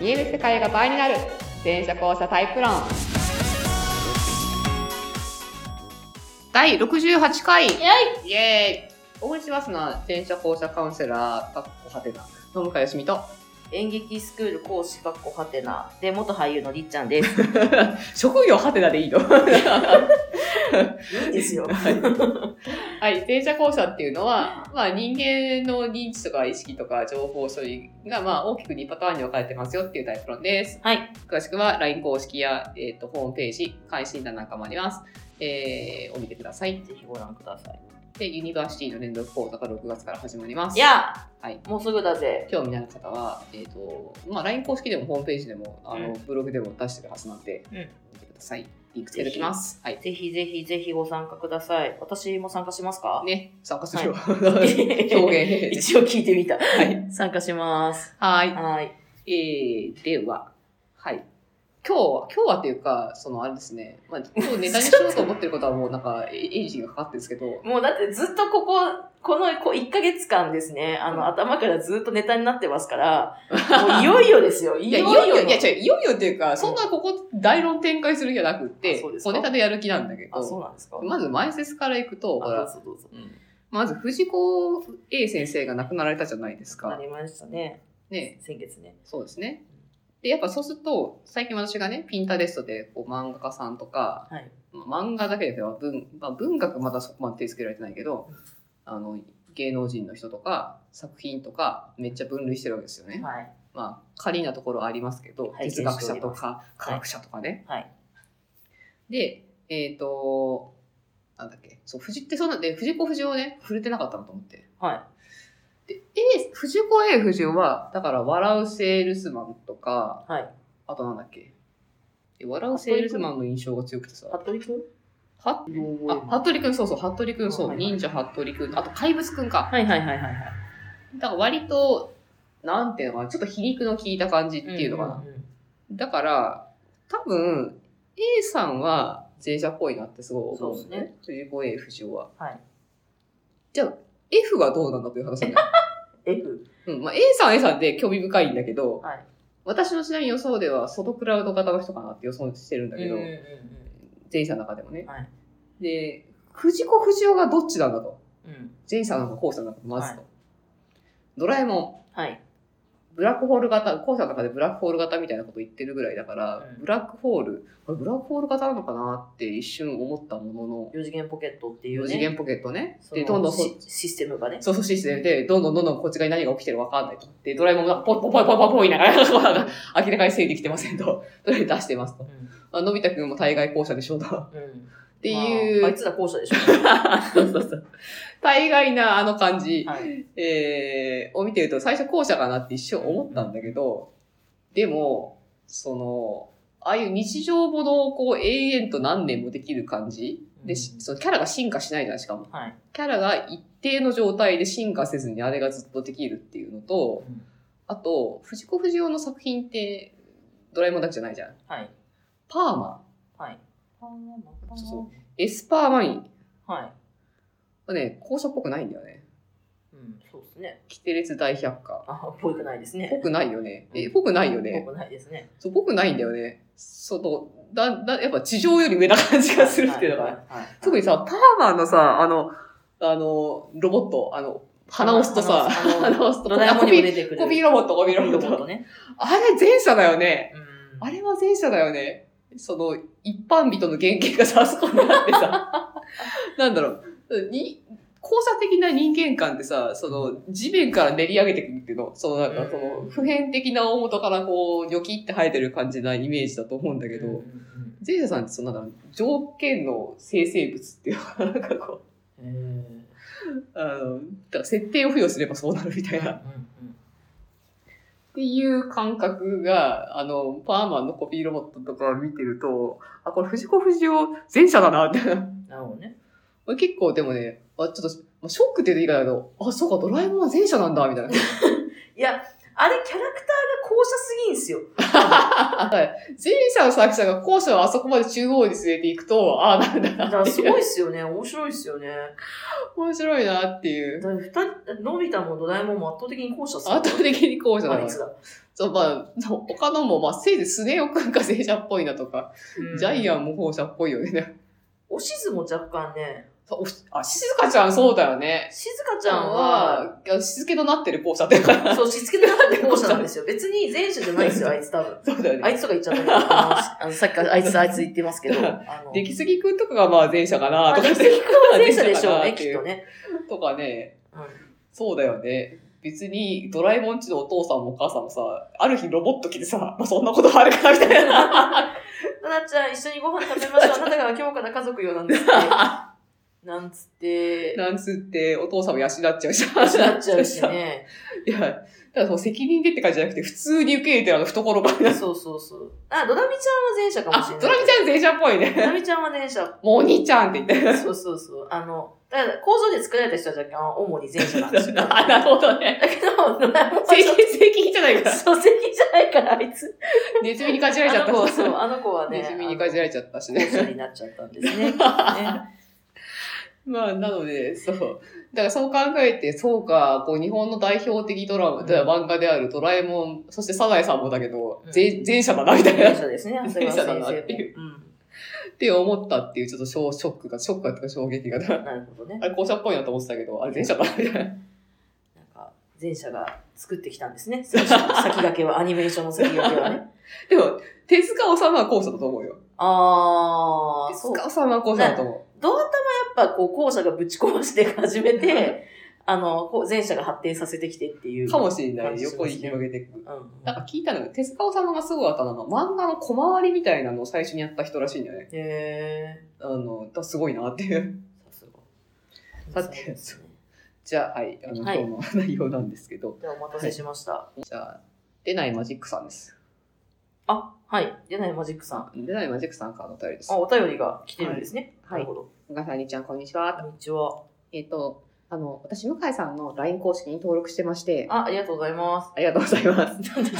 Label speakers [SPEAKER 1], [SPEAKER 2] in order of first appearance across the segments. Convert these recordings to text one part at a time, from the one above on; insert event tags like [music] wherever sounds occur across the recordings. [SPEAKER 1] 見える世界が倍になる全社交差タイプ論第68回
[SPEAKER 2] えらい
[SPEAKER 1] イエーイお送りしますのは全社交差カウンセラーかっこはてな野向よしみと
[SPEAKER 2] 演劇スクール講師かっこはてなで元俳優のりっちゃんです
[SPEAKER 1] [laughs] [laughs] 職 [laughs] 業はてなでいいの
[SPEAKER 2] いいんですよ
[SPEAKER 1] はい、前者交差っていうのは、まあ人間の認知とか意識とか情報処理がまあ大きく2パターンに分かれてますよっていうタイプ論です。
[SPEAKER 2] はい。
[SPEAKER 1] 詳しくは LINE 公式や、えっとホームページ、関心欄なんかもあります。えー、お見てください。
[SPEAKER 2] ぜひご覧ください
[SPEAKER 1] で、ユニバーシティの連続講座が6月から始まります。
[SPEAKER 2] いや、
[SPEAKER 1] はい
[SPEAKER 2] もうすぐだぜ
[SPEAKER 1] 興味のある方は、えっ、と、まあ LINE 公式でもホームページでも、あの、
[SPEAKER 2] う
[SPEAKER 1] ブログでも出してるはずなんで、
[SPEAKER 2] うん
[SPEAKER 1] 見てください。リンクつけておきます。はい。
[SPEAKER 2] ぜひぜひぜひご参加ください私も参加しますか、
[SPEAKER 1] ね、参加するよ。
[SPEAKER 2] い
[SPEAKER 1] [laughs] 表現。
[SPEAKER 2] [laughs] 一応聞いてみた
[SPEAKER 1] はい。
[SPEAKER 2] 参加します
[SPEAKER 1] はい。
[SPEAKER 2] はい
[SPEAKER 1] えー、では、はい。今日は、今日はというか、そのあれですね、まあ、今日ネタにしようと思ってることはもうなんか、えエンジンがかかってるんですけど、
[SPEAKER 2] もうだってずっとこここのこう1ヶ月間ですね、あ
[SPEAKER 1] うん
[SPEAKER 2] の、頭からずっとネタになってま
[SPEAKER 1] [laughs]
[SPEAKER 2] すから、もういよいよですよ。い
[SPEAKER 1] い
[SPEAKER 2] よ
[SPEAKER 1] や、
[SPEAKER 2] い
[SPEAKER 1] いよ
[SPEAKER 2] よ
[SPEAKER 1] いよ、い
[SPEAKER 2] の
[SPEAKER 1] や、違う、いよいよっていうか、そんなここ、大論展開する気はなくって
[SPEAKER 2] あそうで、す
[SPEAKER 1] 小
[SPEAKER 2] か
[SPEAKER 1] ネタでやる気なんだけ
[SPEAKER 2] あ、そう
[SPEAKER 1] ど、
[SPEAKER 2] なんですか。
[SPEAKER 1] まず前説からいくと、ほ
[SPEAKER 2] あ、どう
[SPEAKER 1] ら、
[SPEAKER 2] ぞどうぞ。
[SPEAKER 1] まず藤子 A 先生が亡くなられたじゃないです
[SPEAKER 2] な
[SPEAKER 1] か。
[SPEAKER 2] りましたね。
[SPEAKER 1] ね、
[SPEAKER 2] 先月ね。
[SPEAKER 1] そうですね。で、やっぱそうすると、最近私がね、ピンタレストで、こう、漫画家さんとか、
[SPEAKER 2] はい。
[SPEAKER 1] まあ漫画だけでは文,、まあ、文学まだそこまで手つけられてないけど
[SPEAKER 2] うん
[SPEAKER 1] あの芸能人の人とか作品とかめっちゃ分類してるわけですよね。
[SPEAKER 2] はい。
[SPEAKER 1] まあ仮なところはありますけど
[SPEAKER 2] 拝見して
[SPEAKER 1] 哲
[SPEAKER 2] お
[SPEAKER 1] 学
[SPEAKER 2] ります
[SPEAKER 1] 者とか科学者とかね。
[SPEAKER 2] はい。
[SPEAKER 1] でえっ、となんだっけそう藤ってそうなんで藤子不二雄ね触れてなかったなと思って。
[SPEAKER 2] は
[SPEAKER 1] で A 藤子 A 不二雄はだから「笑うセールスマン」とか
[SPEAKER 2] い。はい。
[SPEAKER 1] あとなんだっけで笑うセールスマンの印象が強くてさ
[SPEAKER 2] 服部君
[SPEAKER 1] はあ、服部くん、そうそう、服部くん、そ
[SPEAKER 2] は
[SPEAKER 1] う、
[SPEAKER 2] いはい
[SPEAKER 1] 忍者服部くん、あと怪物くんか。
[SPEAKER 2] はいはいはいはいはい。
[SPEAKER 1] だから割と、なんていうのかな、ちょっと皮肉の効いた感じっていうのかな。
[SPEAKER 2] んん
[SPEAKER 1] だから、多分、A さんは前者っぽいなってすごい思うんですね。藤子 A 藤尾は。
[SPEAKER 2] うん。はい。
[SPEAKER 1] じゃあ、F がどうなんだという話なんだよ。
[SPEAKER 2] F。
[SPEAKER 1] うん、まあ A さんは A さんで興味深いんだけど、
[SPEAKER 2] はい。
[SPEAKER 1] 私のちなみに予想では、外クラウド型の人かなって予想してるんだけど、
[SPEAKER 2] うんうんうん
[SPEAKER 1] 前者の中でもね。
[SPEAKER 2] はい
[SPEAKER 1] で、藤子不二雄がどっちなんだと。
[SPEAKER 2] うん。
[SPEAKER 1] ジェイさんなんか後者なんかまずと、ドラえも
[SPEAKER 2] はい。
[SPEAKER 1] ん、ブラックホール型、後者の中でブラックホール型みたいなこと言ってるぐらいだから、
[SPEAKER 2] うん
[SPEAKER 1] ブラックホール、これブラックホール型なのかなって一瞬思ったものの、
[SPEAKER 2] 四次元ポケットっていう
[SPEAKER 1] 4
[SPEAKER 2] ね。
[SPEAKER 1] 次元ポケットね。
[SPEAKER 2] その
[SPEAKER 1] で、どんどんそ
[SPEAKER 2] シシステムがね。
[SPEAKER 1] そうそうシステムで、どんどんどんどんこっち側に何が起きてるか分かんないと。で、ドラえもんがポイポイポイポイポイポイ言いながら、こうなんか明らかに整理きてませんと。とりあえず出してますと。
[SPEAKER 2] う
[SPEAKER 1] あのび太くんも対外後者でし
[SPEAKER 2] [laughs]
[SPEAKER 1] ょうと。っ
[SPEAKER 2] ん。うん。
[SPEAKER 1] ていう、
[SPEAKER 2] まああいつら後者
[SPEAKER 1] [laughs]
[SPEAKER 2] でしょ。
[SPEAKER 1] そうそうそう。対外なあの感じ。
[SPEAKER 2] はい。
[SPEAKER 1] えーを見てると最初後者かなって一瞬思ったんだけど、でも、その、ああいう日常ものをこう永遠と何年もできる感じ。で、し
[SPEAKER 2] うん
[SPEAKER 1] そのキャラが進化しないじゃないしかも。
[SPEAKER 2] はい。
[SPEAKER 1] キャラが一定の状態で進化せずにあれがずっとできるっていうのと、
[SPEAKER 2] うん
[SPEAKER 1] あと、藤子不二雄の作品ってドラえもんだけじゃないじゃん。
[SPEAKER 2] はい。
[SPEAKER 1] パーマ
[SPEAKER 2] はい。
[SPEAKER 1] そうそエスパーマイン。
[SPEAKER 2] はい。
[SPEAKER 1] ね、校舎っぽくないんだよね。
[SPEAKER 2] うん、そうですね。
[SPEAKER 1] キテレツ大百科。
[SPEAKER 2] あ、ぽくないですね。
[SPEAKER 1] ぽくないよね。え、
[SPEAKER 2] うん
[SPEAKER 1] ぽくないよね。
[SPEAKER 2] ぽくないですね。
[SPEAKER 1] そう、僕ないんだよね。その、だ、だ、やっぱ地上より上な感じがするっていうの
[SPEAKER 2] はい
[SPEAKER 1] が。
[SPEAKER 2] はいはい
[SPEAKER 1] 特にさ、パーマンのさ、あの、あの、ロボット、あの、鼻押すとさ、
[SPEAKER 2] 鼻
[SPEAKER 1] [laughs] 鼻押すと、
[SPEAKER 2] ドラえもんにも出てくる。
[SPEAKER 1] コピーロボット、コピーロボ
[SPEAKER 2] ロ
[SPEAKER 1] ッ
[SPEAKER 2] ボット
[SPEAKER 1] ト。
[SPEAKER 2] ね。
[SPEAKER 1] あれ前者だよね。
[SPEAKER 2] うん
[SPEAKER 1] あれは前者だよね。その、一般人の原型がさ、あそこにあってさ、なんだろう、に、交差的な人間観ってさ、その、地面から練り上げてくるっていうの、そのなんか、その、普遍的な大元からこう、ニョキって生えてる感じなイメージだと思うんだけ
[SPEAKER 2] うんう
[SPEAKER 1] ど、
[SPEAKER 2] ん
[SPEAKER 1] 前者さんってそのなんだろう条件の生成物っていうか、なんかこ
[SPEAKER 2] うんうん
[SPEAKER 1] う、あの、だから設定を付与すればそうなるみたいな。っていう感覚が、あの、パーマンのコピーロボットとかを見てると、あ、これ藤子不二雄前者だな、みたいな。
[SPEAKER 2] うんなるほどね。
[SPEAKER 1] 俺 [laughs] 結構でもね、あちょっと、まあショックって言うといいかだけど、あ、そうか、ドラえもんは前者なんだ、みたいな。
[SPEAKER 2] いや、あれ、キャラクターが校舎すぎんすよ。
[SPEAKER 1] [laughs] はい。ジェリーさん、サキさんが校舎をあそこまで中央に据えていくと、ああ、なるんだ
[SPEAKER 2] だ
[SPEAKER 1] な
[SPEAKER 2] か
[SPEAKER 1] っ
[SPEAKER 2] ら
[SPEAKER 1] て
[SPEAKER 2] す
[SPEAKER 1] いう。
[SPEAKER 2] ごいっすよね。面白いっすよね。
[SPEAKER 1] [laughs] 面白いなっていう。
[SPEAKER 2] だって二人、のび太もドラえもんも圧倒的に校舎する。
[SPEAKER 1] 圧倒的に校舎だ
[SPEAKER 2] あ。
[SPEAKER 1] ない
[SPEAKER 2] つだ。
[SPEAKER 1] そう、まあ、そう他のも、まあ、せいぜいスネ夫くんが正社っぽいなとか、ジャイア
[SPEAKER 2] ン。
[SPEAKER 1] ンも校舎っぽいよね。 [laughs]
[SPEAKER 2] おしずも若干ね、
[SPEAKER 1] そうおしあ、静香ちゃんそうだよね。
[SPEAKER 2] しずか
[SPEAKER 1] ち
[SPEAKER 2] ち
[SPEAKER 1] ゃ
[SPEAKER 2] ゃ
[SPEAKER 1] ん
[SPEAKER 2] んは、
[SPEAKER 1] は、静けとなってる校舎っていうか、
[SPEAKER 2] そう、しつけなかった校舎なんですよ。別に前者じゃないですよ、あいつ多分。
[SPEAKER 1] そうだよ
[SPEAKER 2] あ
[SPEAKER 1] ね。
[SPEAKER 2] いつとか言っちゃったけど、あの、あのさっきからあいつ、あいつ言ってますけど、あの、
[SPEAKER 1] 出来すぎくんとかがまあ前者かな
[SPEAKER 2] あ
[SPEAKER 1] とか
[SPEAKER 2] 出
[SPEAKER 1] っ
[SPEAKER 2] 来す
[SPEAKER 1] て
[SPEAKER 2] ぎくんは前者でしょ
[SPEAKER 1] 前者
[SPEAKER 2] う
[SPEAKER 1] かな
[SPEAKER 2] ね、
[SPEAKER 1] って
[SPEAKER 2] き
[SPEAKER 1] い
[SPEAKER 2] っ
[SPEAKER 1] う
[SPEAKER 2] とね。
[SPEAKER 1] とかね、
[SPEAKER 2] うん
[SPEAKER 1] そうだよね。別にドラえもんちのお父さんもお母さんもさ、ある日ロボット来てさ、まあ、そんなことあるかみたいな。
[SPEAKER 2] [laughs] ななちゃん、一緒にご飯食べましょう。あなたが今日から家族よなんで
[SPEAKER 1] [laughs]
[SPEAKER 2] すって。なんつって、
[SPEAKER 1] なんつって、お父さんも養っちゃうし。
[SPEAKER 2] 話になっちゃうしね。
[SPEAKER 1] [laughs] いや、ただその責任でって感じじゃなくて、普通に受け入れてるあの懐ばりな。
[SPEAKER 2] そうそうそう。あ、ドラミちゃんは前者かもしれ
[SPEAKER 1] あ
[SPEAKER 2] な、い。
[SPEAKER 1] ドラミちゃん前者っぽい
[SPEAKER 2] ドラ
[SPEAKER 1] ね。
[SPEAKER 2] ミちゃんは前者。
[SPEAKER 1] もうお兄ちゃんって言って。
[SPEAKER 2] そうそうそう。あの、だから構造で作られた人は若干主に前者な
[SPEAKER 1] [laughs]
[SPEAKER 2] んですよ。
[SPEAKER 1] あ、なるほど
[SPEAKER 2] [laughs]
[SPEAKER 1] ね。
[SPEAKER 2] だけど、ドラえもんは
[SPEAKER 1] 責
[SPEAKER 2] ちょっ
[SPEAKER 1] 任、責任じゃないか [laughs]
[SPEAKER 2] と、
[SPEAKER 1] ら。
[SPEAKER 2] そう、責任じゃないから、あいつ。
[SPEAKER 1] ネズミにかじられちゃ
[SPEAKER 2] あ
[SPEAKER 1] った。
[SPEAKER 2] の子、そう、あの子はね、
[SPEAKER 1] ネズミにかじられちゃったし
[SPEAKER 2] 後
[SPEAKER 1] ね。
[SPEAKER 2] 者になっちゃったんです
[SPEAKER 1] [laughs]
[SPEAKER 2] ね。きっとね
[SPEAKER 1] まあ、なので、そう。だからそう考えて、そうか、こう、日本の代表的ドラマ、
[SPEAKER 2] うん
[SPEAKER 1] 漫画であるドラえもん、そしてサザエさんもだけど、
[SPEAKER 2] うん
[SPEAKER 1] 前前者だな、みたいな。
[SPEAKER 2] 前
[SPEAKER 1] っ
[SPEAKER 2] 者ですね、長谷
[SPEAKER 1] 前
[SPEAKER 2] 川
[SPEAKER 1] 者だ
[SPEAKER 2] 先
[SPEAKER 1] なって
[SPEAKER 2] 生
[SPEAKER 1] い
[SPEAKER 2] も。うん
[SPEAKER 1] て思ったっていう、ちょっとショショックが、ショックがというか衝撃が。あ
[SPEAKER 2] なるほどね。
[SPEAKER 1] れ、校舎っぽいなと思ってたけど、あれ前者だな、みたいな。
[SPEAKER 2] なんか、前者が作ってきたんですね。 [laughs] 先駆けは、アニメーションの先駆けはね。
[SPEAKER 1] でも、手塚治虫は校舎だと思うよ。
[SPEAKER 2] あー、
[SPEAKER 1] 手
[SPEAKER 2] そう。や
[SPEAKER 1] 塚治虫は校舎だと思。
[SPEAKER 2] ドア玉やっぱこう、後者がぶち壊して始めて、あの、こう前者が発展させてきてっていうう。
[SPEAKER 1] かもしれない。
[SPEAKER 2] 感じしますね
[SPEAKER 1] 横に広げていく。
[SPEAKER 2] うん。
[SPEAKER 1] なんか聞いたのが、手塚治虫がすごかったのが、漫画の小回りみたいなのを最初にやった人らしいんだよね。
[SPEAKER 2] へ
[SPEAKER 1] あの、だすごいなっていう。 [laughs]
[SPEAKER 2] ー。さすが。
[SPEAKER 1] さて
[SPEAKER 2] そうですね
[SPEAKER 1] じゃあ、はい、あの、
[SPEAKER 2] はい
[SPEAKER 1] 今日の内容なんですけど、
[SPEAKER 2] ではお待たせしました。
[SPEAKER 1] じゃあ、出ないマジックさんです。
[SPEAKER 2] あ、はい。出ないマジックさん。
[SPEAKER 1] 出ないマジックさんからのお便りです
[SPEAKER 2] あ、。お便りが来てるんですね。
[SPEAKER 1] はい
[SPEAKER 2] なるほど。
[SPEAKER 1] 向井さん、にちゃん、こんにちは。
[SPEAKER 2] こんにちは。
[SPEAKER 1] えっ、と、あの、私、向井さんの LINE 公式に登録してまして、あ
[SPEAKER 2] あ、ありがとうござい
[SPEAKER 1] [laughs]
[SPEAKER 2] ます。
[SPEAKER 1] りがとうございます。
[SPEAKER 2] なんで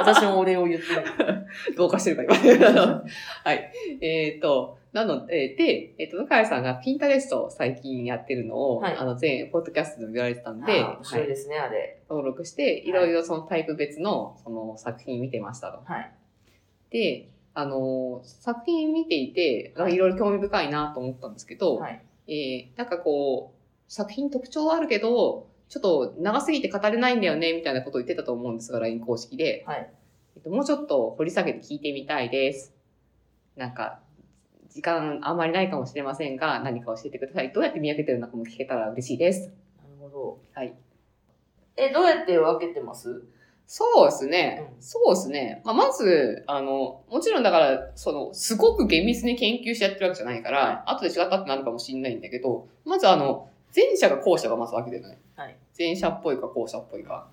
[SPEAKER 2] 私もお礼を言ってる。
[SPEAKER 1] どうかしてるか今。あ [laughs] のはい。えっ、と、なので、で、えっ、と、向井さんがピンタレストを最近やってるのを、
[SPEAKER 2] はい
[SPEAKER 1] あの、前、ポッドキャストでも言われてたんで、
[SPEAKER 2] あ面白いですね、あれ。
[SPEAKER 1] 登録して、いろいろそのタイプ別の、その作品見てましたと。
[SPEAKER 2] はい。
[SPEAKER 1] で、あのー作品見ていて、なんかいろいろ興味深いなと思ったんですけど、
[SPEAKER 2] はい。
[SPEAKER 1] えーなんかこう、作品特徴はあるけど、ちょっと長すぎて語れないんだよね、みたいなことを言ってたと思うんですが、LINE 公式で。
[SPEAKER 2] はい。
[SPEAKER 1] えっと、もうちょっと掘り下げて聞いてみたいです。なんか、時間あんまりないかもしれませんが、何か教えてください。どうやって見分けてるのかも聞けたら嬉しいです。
[SPEAKER 2] なるほど。
[SPEAKER 1] はい。
[SPEAKER 2] え、どうやって分けてます
[SPEAKER 1] そうですね。
[SPEAKER 2] うん
[SPEAKER 1] そうですね。まあ、まず、あの、もちろんだから、その、すごく厳密に研究してやってるわけじゃないから、後で違ったってなるかもしれないんだけど、まずあの、前者が後者がまず分けてるのね。
[SPEAKER 2] はい。
[SPEAKER 1] 前者っぽいか後者っぽいか。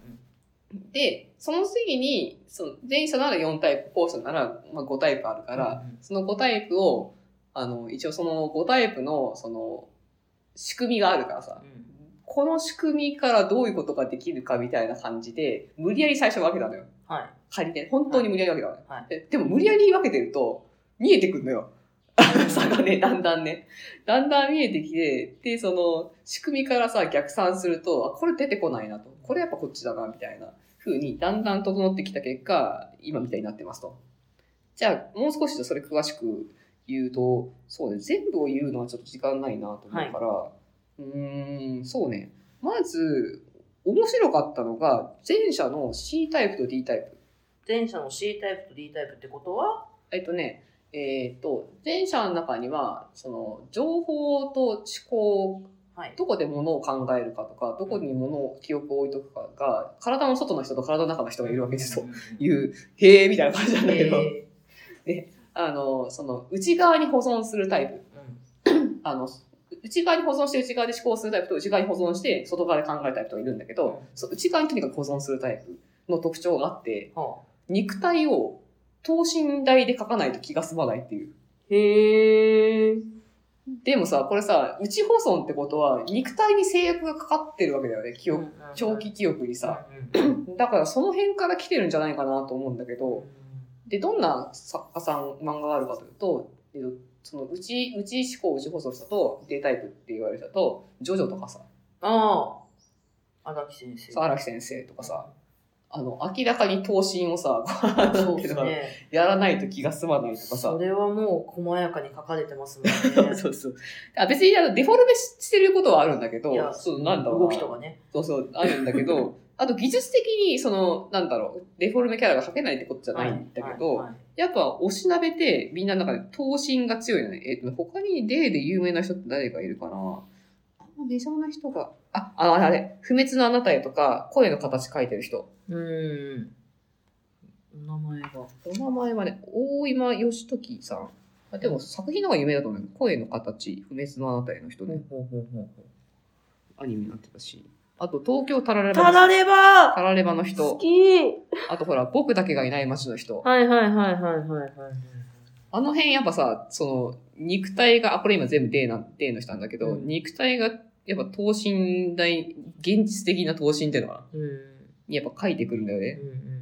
[SPEAKER 1] で、その次に、その前者なら4タイプ、後者ならまあ5タイプあるか、、
[SPEAKER 2] から
[SPEAKER 1] その5タイプを、あの、一応その5タイプの、その、仕組みがあるからさ、
[SPEAKER 2] うん
[SPEAKER 1] この仕組みからどういうことができるかみたいな感じで、無理やり最初分けたのよ。
[SPEAKER 2] はい。
[SPEAKER 1] 仮で。本当に無理やり分けたのよ。 [laughs]
[SPEAKER 2] はい
[SPEAKER 1] ででも無理やり分けてると、見えてくるのよ。差がね、だんだんね。だんだん見えてきて、で、その、仕組みからさ、逆算すると、あ、これ出てこないなと。これやっぱこっちだな、みたいな風に、だんだん整ってきた結果、今みたいになってますと。じゃあ、もう少しそれ詳しく言うと、そうね、全部を言うのはちょっと時間ないなと思うから、うーん、そうね。まず、面白かったのが、前者の C タイプと D タイプ。
[SPEAKER 2] 前者の C タイプと D タイプってことは
[SPEAKER 1] えっとね、えっと、前者の中には、その、情報と思考、
[SPEAKER 2] はい。
[SPEAKER 1] どこで物を考えるかとか、どこに物を、記憶を置いとくかが、体の外の人と体の中の人がいるわけですと
[SPEAKER 2] んんん
[SPEAKER 1] いう、へえ、みたいな感じなんだけど、
[SPEAKER 2] え
[SPEAKER 1] あの、その、内側に保存するタイプ。
[SPEAKER 2] ーうん
[SPEAKER 1] あの、内側に保存して内側で思考するタイプと、内側に保存して外側で考えるタイプといるんだけど、そう内側にとにかく保存するタイプの特徴があって、
[SPEAKER 2] はあ
[SPEAKER 1] 肉体を等身大で描かないと気が済まないっていう。
[SPEAKER 2] へえ。
[SPEAKER 1] でもさ、これさ、内保存ってことは、肉体に制約がかかってるわけだよね、記憶、長期記憶にさ。だからその辺から来てるんじゃないかなと思うんだけど、で、どんな作家さん、漫画があるかというと、えっとその、うち、うち思考、うち放送したと、データイプって言われたと、ジョジョとかさ、
[SPEAKER 2] ああ。荒木先生。
[SPEAKER 1] そう荒木先生とかさ、あの、明らかに刀身をさ、こうなんてい
[SPEAKER 2] そう
[SPEAKER 1] う
[SPEAKER 2] です
[SPEAKER 1] のかな [laughs]
[SPEAKER 2] ね。
[SPEAKER 1] やらないと気が済まないとかさ
[SPEAKER 2] そ、れはもう細やかに書かれてますもん
[SPEAKER 1] そう [laughs]
[SPEAKER 2] ね。
[SPEAKER 1] そうそう。あ別にあのデフォルメしてることはあるんだけど
[SPEAKER 2] いや、
[SPEAKER 1] そう、なんだろうな。
[SPEAKER 2] 動きとかね。
[SPEAKER 1] そうそう、あるんだけど、 [laughs] あと技術的に、その、なんだろう、デフォルメキャラが描けないってことじゃないんだけど、
[SPEAKER 2] はいはい
[SPEAKER 1] やっぱ、おしなべて、みんなの中で、闘身が強いよね。えっ、と、他に例で有名な人って誰がいるかなあんまメジャーな人が、あ、ああれ、不滅のあなたへとか、声の形書いてる人。
[SPEAKER 2] うん。お名前が。
[SPEAKER 1] お名前はね、大今義時さん。あでも、作品の方が有名だと思うよ声の形、不滅のあなたへの人ね。
[SPEAKER 2] ほうほうほうほう。
[SPEAKER 1] アニメになってたし。あと、東京タラレバ。
[SPEAKER 2] ただれば
[SPEAKER 1] タラレバの人
[SPEAKER 2] 好。き
[SPEAKER 1] あと、ほら、僕だけがいない街の人。
[SPEAKER 2] はいはいはいはいはいはい。
[SPEAKER 1] あの辺やっぱさ、その、肉体が、あ、これ今全部 D な、D の人なんだけど、
[SPEAKER 2] うん
[SPEAKER 1] 肉体が、やっぱ等身大、現実的な等身っていうのは、
[SPEAKER 2] うん。うん
[SPEAKER 1] やっぱ書いてくるんだよね。
[SPEAKER 2] うん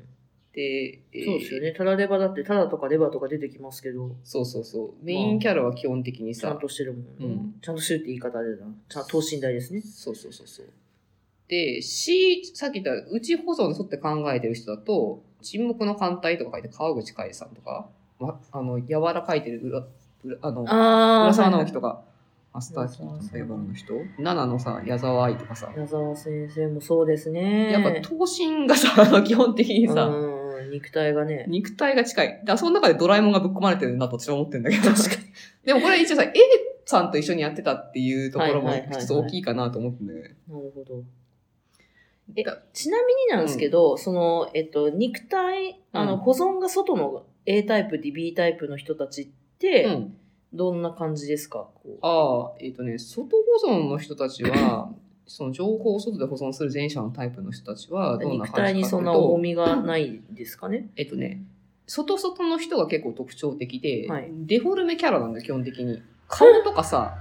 [SPEAKER 1] で、えー
[SPEAKER 2] そうですよね。ただレバだって、ただとかレバとか出てきますけど、
[SPEAKER 1] そうそうそう。メインキャラは基本的に
[SPEAKER 2] ちゃ
[SPEAKER 1] さ
[SPEAKER 2] ん、としてるもんね。
[SPEAKER 1] うん
[SPEAKER 2] ちゃんとしてるって言い方でな。ちゃん等身大ですね。
[SPEAKER 1] そうそうそうそう。で、C、さっき言った、内保存に沿って考えてる人だと、沈黙の艦隊とか書いて川口海さんとか、ま、あの、柔らかいてる裏、裏あの、
[SPEAKER 2] あ
[SPEAKER 1] 浦沢直
[SPEAKER 2] はい
[SPEAKER 1] 樹とか、マスターキーとかそういうの人、ナナのさ、矢沢愛とかさ、
[SPEAKER 2] 矢沢先生もそうですね。
[SPEAKER 1] やっぱ頭身がさ、あの基本的にさ、
[SPEAKER 2] うん、肉体がね。
[SPEAKER 1] 肉体が近い。だからその中でドラえもんがぶっ込まれてるなと私は思ってるんだけど。確かに。 [laughs] でもこれ一応さ、A さんと一緒にやってたっていうところも
[SPEAKER 2] はいはいはいはい
[SPEAKER 1] 一つ大きいかなと思ってんだよね。
[SPEAKER 2] なるほど。え
[SPEAKER 1] だ、
[SPEAKER 2] ちなみになんですけど、その、えっと、肉体、あの、
[SPEAKER 1] うん
[SPEAKER 2] 保存が外の A タイプ、B タイプの人たちって、
[SPEAKER 1] うん。
[SPEAKER 2] どんな感じですかこう
[SPEAKER 1] ああ、えっ、とね、外保存の人たち
[SPEAKER 2] [laughs]
[SPEAKER 1] は、その情報を外で保存する前者のタイプの人たちは、どんな感
[SPEAKER 2] 肉
[SPEAKER 1] じか
[SPEAKER 2] 体
[SPEAKER 1] ってい
[SPEAKER 2] に
[SPEAKER 1] うと
[SPEAKER 2] そんな重みがないですかね。
[SPEAKER 1] えっとね、外外の人が結構特徴的で、
[SPEAKER 2] はい
[SPEAKER 1] デフォルメキャラなんだよ、基本的に。顔とかさ、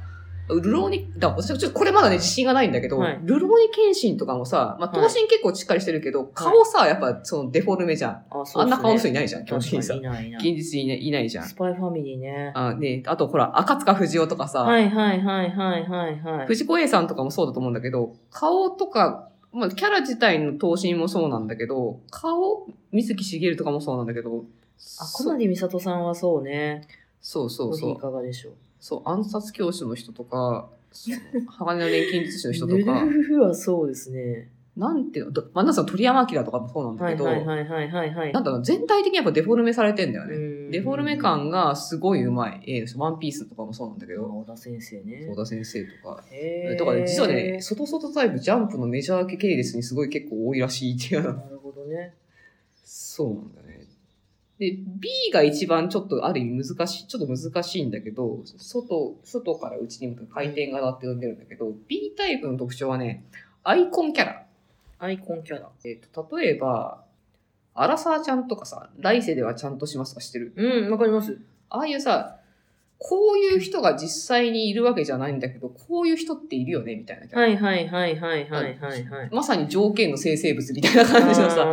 [SPEAKER 1] ルローニ、だ私はちょっとこれまだね、自信がないんだけど、
[SPEAKER 2] はい
[SPEAKER 1] ルローニケンシンとかもさ、まあ、頭
[SPEAKER 2] はい
[SPEAKER 1] 身結構しっかりしてるけど、顔さ、やっぱそのデフォルメじゃん。
[SPEAKER 2] あ、そ
[SPEAKER 1] あ
[SPEAKER 2] うんですね。
[SPEAKER 1] な顔の人いないじゃん、基本
[SPEAKER 2] 確
[SPEAKER 1] 的
[SPEAKER 2] か
[SPEAKER 1] に
[SPEAKER 2] に
[SPEAKER 1] さ。
[SPEAKER 2] いないいな
[SPEAKER 1] 現
[SPEAKER 2] い。
[SPEAKER 1] 実にねいないじゃん
[SPEAKER 2] ス。パイファミリーね。
[SPEAKER 1] あね、あとほら、赤塚不二夫とかさ、
[SPEAKER 2] はいはいはいはいはいはい。
[SPEAKER 1] 藤子 A さんとかもそうだと思うんだけど、顔とか、まあ、キャラ自体の頭身もそうなんだけど、顔、水木しげるとかもそうなんだけど、
[SPEAKER 2] あ、小成美里さんはそうね。
[SPEAKER 1] そうそ
[SPEAKER 2] コ
[SPEAKER 1] う
[SPEAKER 2] ーヒ
[SPEAKER 1] そ。
[SPEAKER 2] ーいうかがでしょう。
[SPEAKER 1] そう、暗殺教師の人とか、そ
[SPEAKER 2] [laughs]
[SPEAKER 1] の鋼の錬金術師の人
[SPEAKER 2] ぬ
[SPEAKER 1] と
[SPEAKER 2] る
[SPEAKER 1] か、
[SPEAKER 2] ふふは [laughs] そうですね。
[SPEAKER 1] なんていうの、どまあ、なんかその鳥山明とかもそうなんだ
[SPEAKER 2] は
[SPEAKER 1] け
[SPEAKER 2] い
[SPEAKER 1] ど、
[SPEAKER 2] はいはいはいはいはい。
[SPEAKER 1] なんだろう、全体的にやっぱデフォルメされてんだよね。デ
[SPEAKER 2] デ
[SPEAKER 1] フォルメ感がすごいうまい。えーワンピースとかもそうなんだけど、
[SPEAKER 2] 小田先生ね。
[SPEAKER 1] 小田先生とか。
[SPEAKER 2] へー
[SPEAKER 1] とかね、実はね、外外タイプ、ジャンプのメジャー系列にすごい結構多いらしいっていう
[SPEAKER 2] なるほどね。
[SPEAKER 1] そうなんだね。で、B が一番ちょっとある意味難しい、ちょっと難しいんだけど、外、外から内に向く回転型って呼んでるんだけど、B タイプの特徴はね、アイコンキャラ。
[SPEAKER 2] アイコンキャラ。
[SPEAKER 1] えっ、と、例えば、アラサーちゃんとかさ、来世ではちゃんとしますとかしてる。
[SPEAKER 2] うん、わかります。
[SPEAKER 1] ああいうさ、こういう人が実際にいるわけじゃないんだけど、こういう人っているよね、みたいなキャラ。
[SPEAKER 2] はいはいはいはいはいはいはい。
[SPEAKER 1] まさに条件の生成物みたいな感じのさ、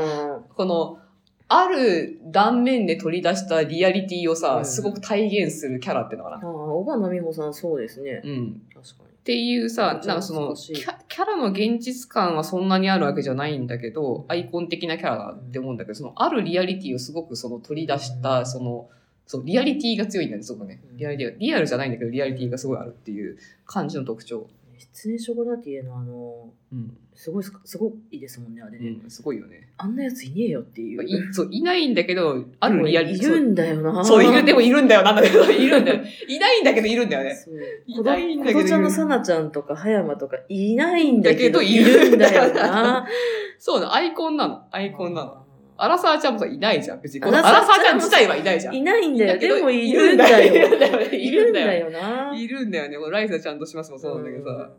[SPEAKER 1] この、ある断面で取り出したリアリティをさ、
[SPEAKER 2] うん
[SPEAKER 1] すごく体現するキャラってのかな
[SPEAKER 2] あ。ーあー、小葉奈美穂さんそうですね
[SPEAKER 1] う。ん。
[SPEAKER 2] 確かに。
[SPEAKER 1] っていうさ、
[SPEAKER 2] うん
[SPEAKER 1] なんかその、
[SPEAKER 2] 懐かし
[SPEAKER 1] キ
[SPEAKER 2] い
[SPEAKER 1] ャキャラの現実感はそんなにあるわけじゃないんだけど、アイコン的なキャラだって思うんだけど、その、あるリアリティをすごくその取り出した、
[SPEAKER 2] うん
[SPEAKER 1] その、そう、リアリティが強いんだよね、すごくね
[SPEAKER 2] うん。
[SPEAKER 1] リアリティが、リアルじゃないんだけど、リアリティがすごいあるっていう感じの特徴。
[SPEAKER 2] 失恋ショコラティエのあの、
[SPEAKER 1] うん。
[SPEAKER 2] すごいすか、すごいですもんね、あれね。
[SPEAKER 1] うん、すごいよね。
[SPEAKER 2] あんなやついねえよっていう。
[SPEAKER 1] いそう、いないんだけど、あるリアリ
[SPEAKER 2] い
[SPEAKER 1] ティ。
[SPEAKER 2] るんだよな。
[SPEAKER 1] そう、いる、で
[SPEAKER 2] も。
[SPEAKER 1] もいるんだよ、なんだけど、 [laughs] いるんだよ。いないんだけど、いるんだよね。
[SPEAKER 2] そう。
[SPEAKER 1] いないんだけど
[SPEAKER 2] こどちゃんのさなちゃんとか、葉山とか、いないんだけど、いるんだよな。
[SPEAKER 1] そうなの、アイコンな [laughs] の、アイコンなの。アラサーちゃんもさ、いないじゃん、別に。この
[SPEAKER 2] ア
[SPEAKER 1] ア
[SPEAKER 2] ラサー
[SPEAKER 1] ラサーちゃん自体はいないじゃん。
[SPEAKER 2] いないんだよ。
[SPEAKER 1] けど
[SPEAKER 2] でもいるんだ
[SPEAKER 1] いるん
[SPEAKER 2] よ。
[SPEAKER 1] だよね、い
[SPEAKER 2] い
[SPEAKER 1] る
[SPEAKER 2] る
[SPEAKER 1] ん
[SPEAKER 2] ん
[SPEAKER 1] だ
[SPEAKER 2] だ
[SPEAKER 1] よ。
[SPEAKER 2] よな。
[SPEAKER 1] いるんだよね。このライサちゃんとしますもそうなんだけどさ。
[SPEAKER 2] う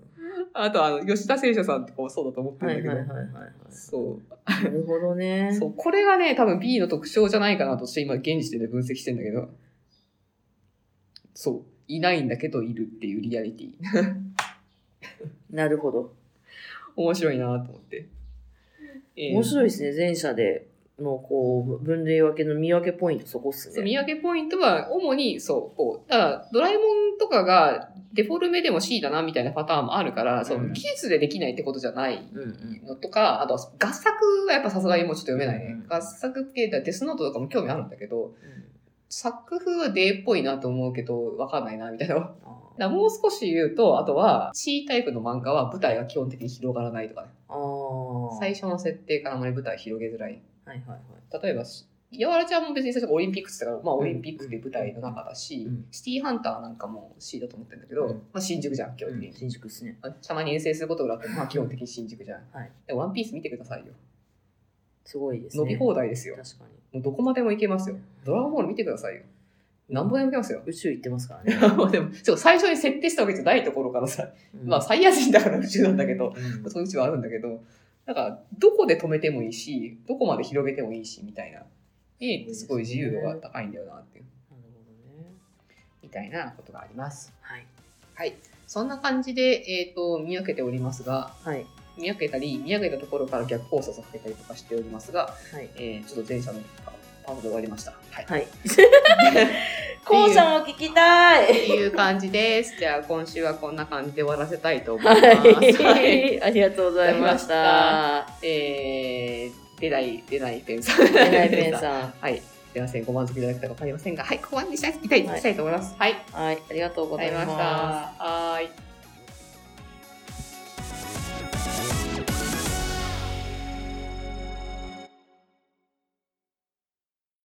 [SPEAKER 1] あと、あの、吉田聖者さんとかもそうだと思って
[SPEAKER 2] ん。は
[SPEAKER 1] る
[SPEAKER 2] い
[SPEAKER 1] んだ
[SPEAKER 2] はい
[SPEAKER 1] け
[SPEAKER 2] はい
[SPEAKER 1] ど。
[SPEAKER 2] はいはい。
[SPEAKER 1] そう
[SPEAKER 2] なるほどね。
[SPEAKER 1] そう。これがね、多分 B の特徴じゃないかなとして、今、現時点で分析してんだけど。そう。いないんだけどいるっていうリアリティ。
[SPEAKER 2] なるほど。
[SPEAKER 1] 面白いなと思って。えー
[SPEAKER 2] 面白いですね。前者での、こう、分類分けの見分けポイント、そこっ
[SPEAKER 1] そ
[SPEAKER 2] す
[SPEAKER 1] う
[SPEAKER 2] ね。
[SPEAKER 1] 見分けポイントは主にそう、こう、だからドラえもんとかがデフォルメでも C だなみたいなパターンもあるから、そうの
[SPEAKER 2] ん
[SPEAKER 1] 技術でできないってことじゃない
[SPEAKER 2] うんうん。
[SPEAKER 1] のとか、あとは合作はやっぱさすがにもうちょっと読めないね。
[SPEAKER 2] うん
[SPEAKER 1] 合作系だ、デスノートとかも興味あるんだけど、作風は D っぽいなと思うけど、わかんないなみたいな。だか
[SPEAKER 2] あ
[SPEAKER 1] らもう少し言うと、あとは C タイプの漫画は舞台が基本的に広がらないとかね。
[SPEAKER 2] あー。
[SPEAKER 1] 最初の設定からあまり舞台広げづらい。
[SPEAKER 2] はいはいはい。
[SPEAKER 1] 例えばし、やわらちゃんも別に最初からオリンピックって言ったから、まあオリンピックで舞台の中だし、
[SPEAKER 2] うん
[SPEAKER 1] シティハンターなんかも C だと思ってるんだけど、
[SPEAKER 2] うん
[SPEAKER 1] まあ新宿じゃん、基本的に。
[SPEAKER 2] 新宿っすね。
[SPEAKER 1] まあたまに遠征することがあっても、まあ基本的に新宿じゃん。
[SPEAKER 2] はい
[SPEAKER 1] でワンピース見てくださいよ。
[SPEAKER 2] すごいですね。
[SPEAKER 1] 伸び放題ですよ。
[SPEAKER 2] 確かに。
[SPEAKER 1] もうどこまでも行けますよ。ドラゴンボール見てくださいよ。何本でも行けますよ。 [laughs]
[SPEAKER 2] 宇宙行ってますからね。
[SPEAKER 1] まあでも、そう最初に設定したわけじゃないところからさ、[laughs]
[SPEAKER 2] うん
[SPEAKER 1] まあ、サイヤ人だから宇宙なんだけど、
[SPEAKER 2] うん
[SPEAKER 1] そういう宇宙はあるんだけど、なんか、どこで止めてもいいし、どこまで広げてもいいし、みたいな。A ってすごい自由度が高いんだよな、っていう、
[SPEAKER 2] なるほどね。
[SPEAKER 1] みたいなことがあります。
[SPEAKER 2] はい。
[SPEAKER 1] そんな感じで、えっ、と、見分けておりますが、
[SPEAKER 2] はい。
[SPEAKER 1] 見分けたり、見分けたところから逆交差させたりとかしておりますが、
[SPEAKER 2] はい。
[SPEAKER 1] えーちょっと前者のパートで終わりました。はい。 [laughs]
[SPEAKER 2] はい。 [laughs]
[SPEAKER 1] っ
[SPEAKER 2] 後者も聞きたい。
[SPEAKER 1] ていう感じです。じゃあ、今週はこんな感じで終わらせたいと思います。
[SPEAKER 2] は
[SPEAKER 1] はい
[SPEAKER 2] い。 [laughs] ありがとうございました。
[SPEAKER 1] えー、出ない、出ないペンさん。
[SPEAKER 2] えないペンさ
[SPEAKER 1] [laughs] はい。すいません、ご満足いただけたかわかりませんが、はい、ご安にしたい、いたい、したいと思います。はい。
[SPEAKER 2] ん。はい。ありがとうご
[SPEAKER 1] わか
[SPEAKER 2] ざい
[SPEAKER 1] りま
[SPEAKER 2] ま
[SPEAKER 1] した。
[SPEAKER 2] す。
[SPEAKER 1] はーい。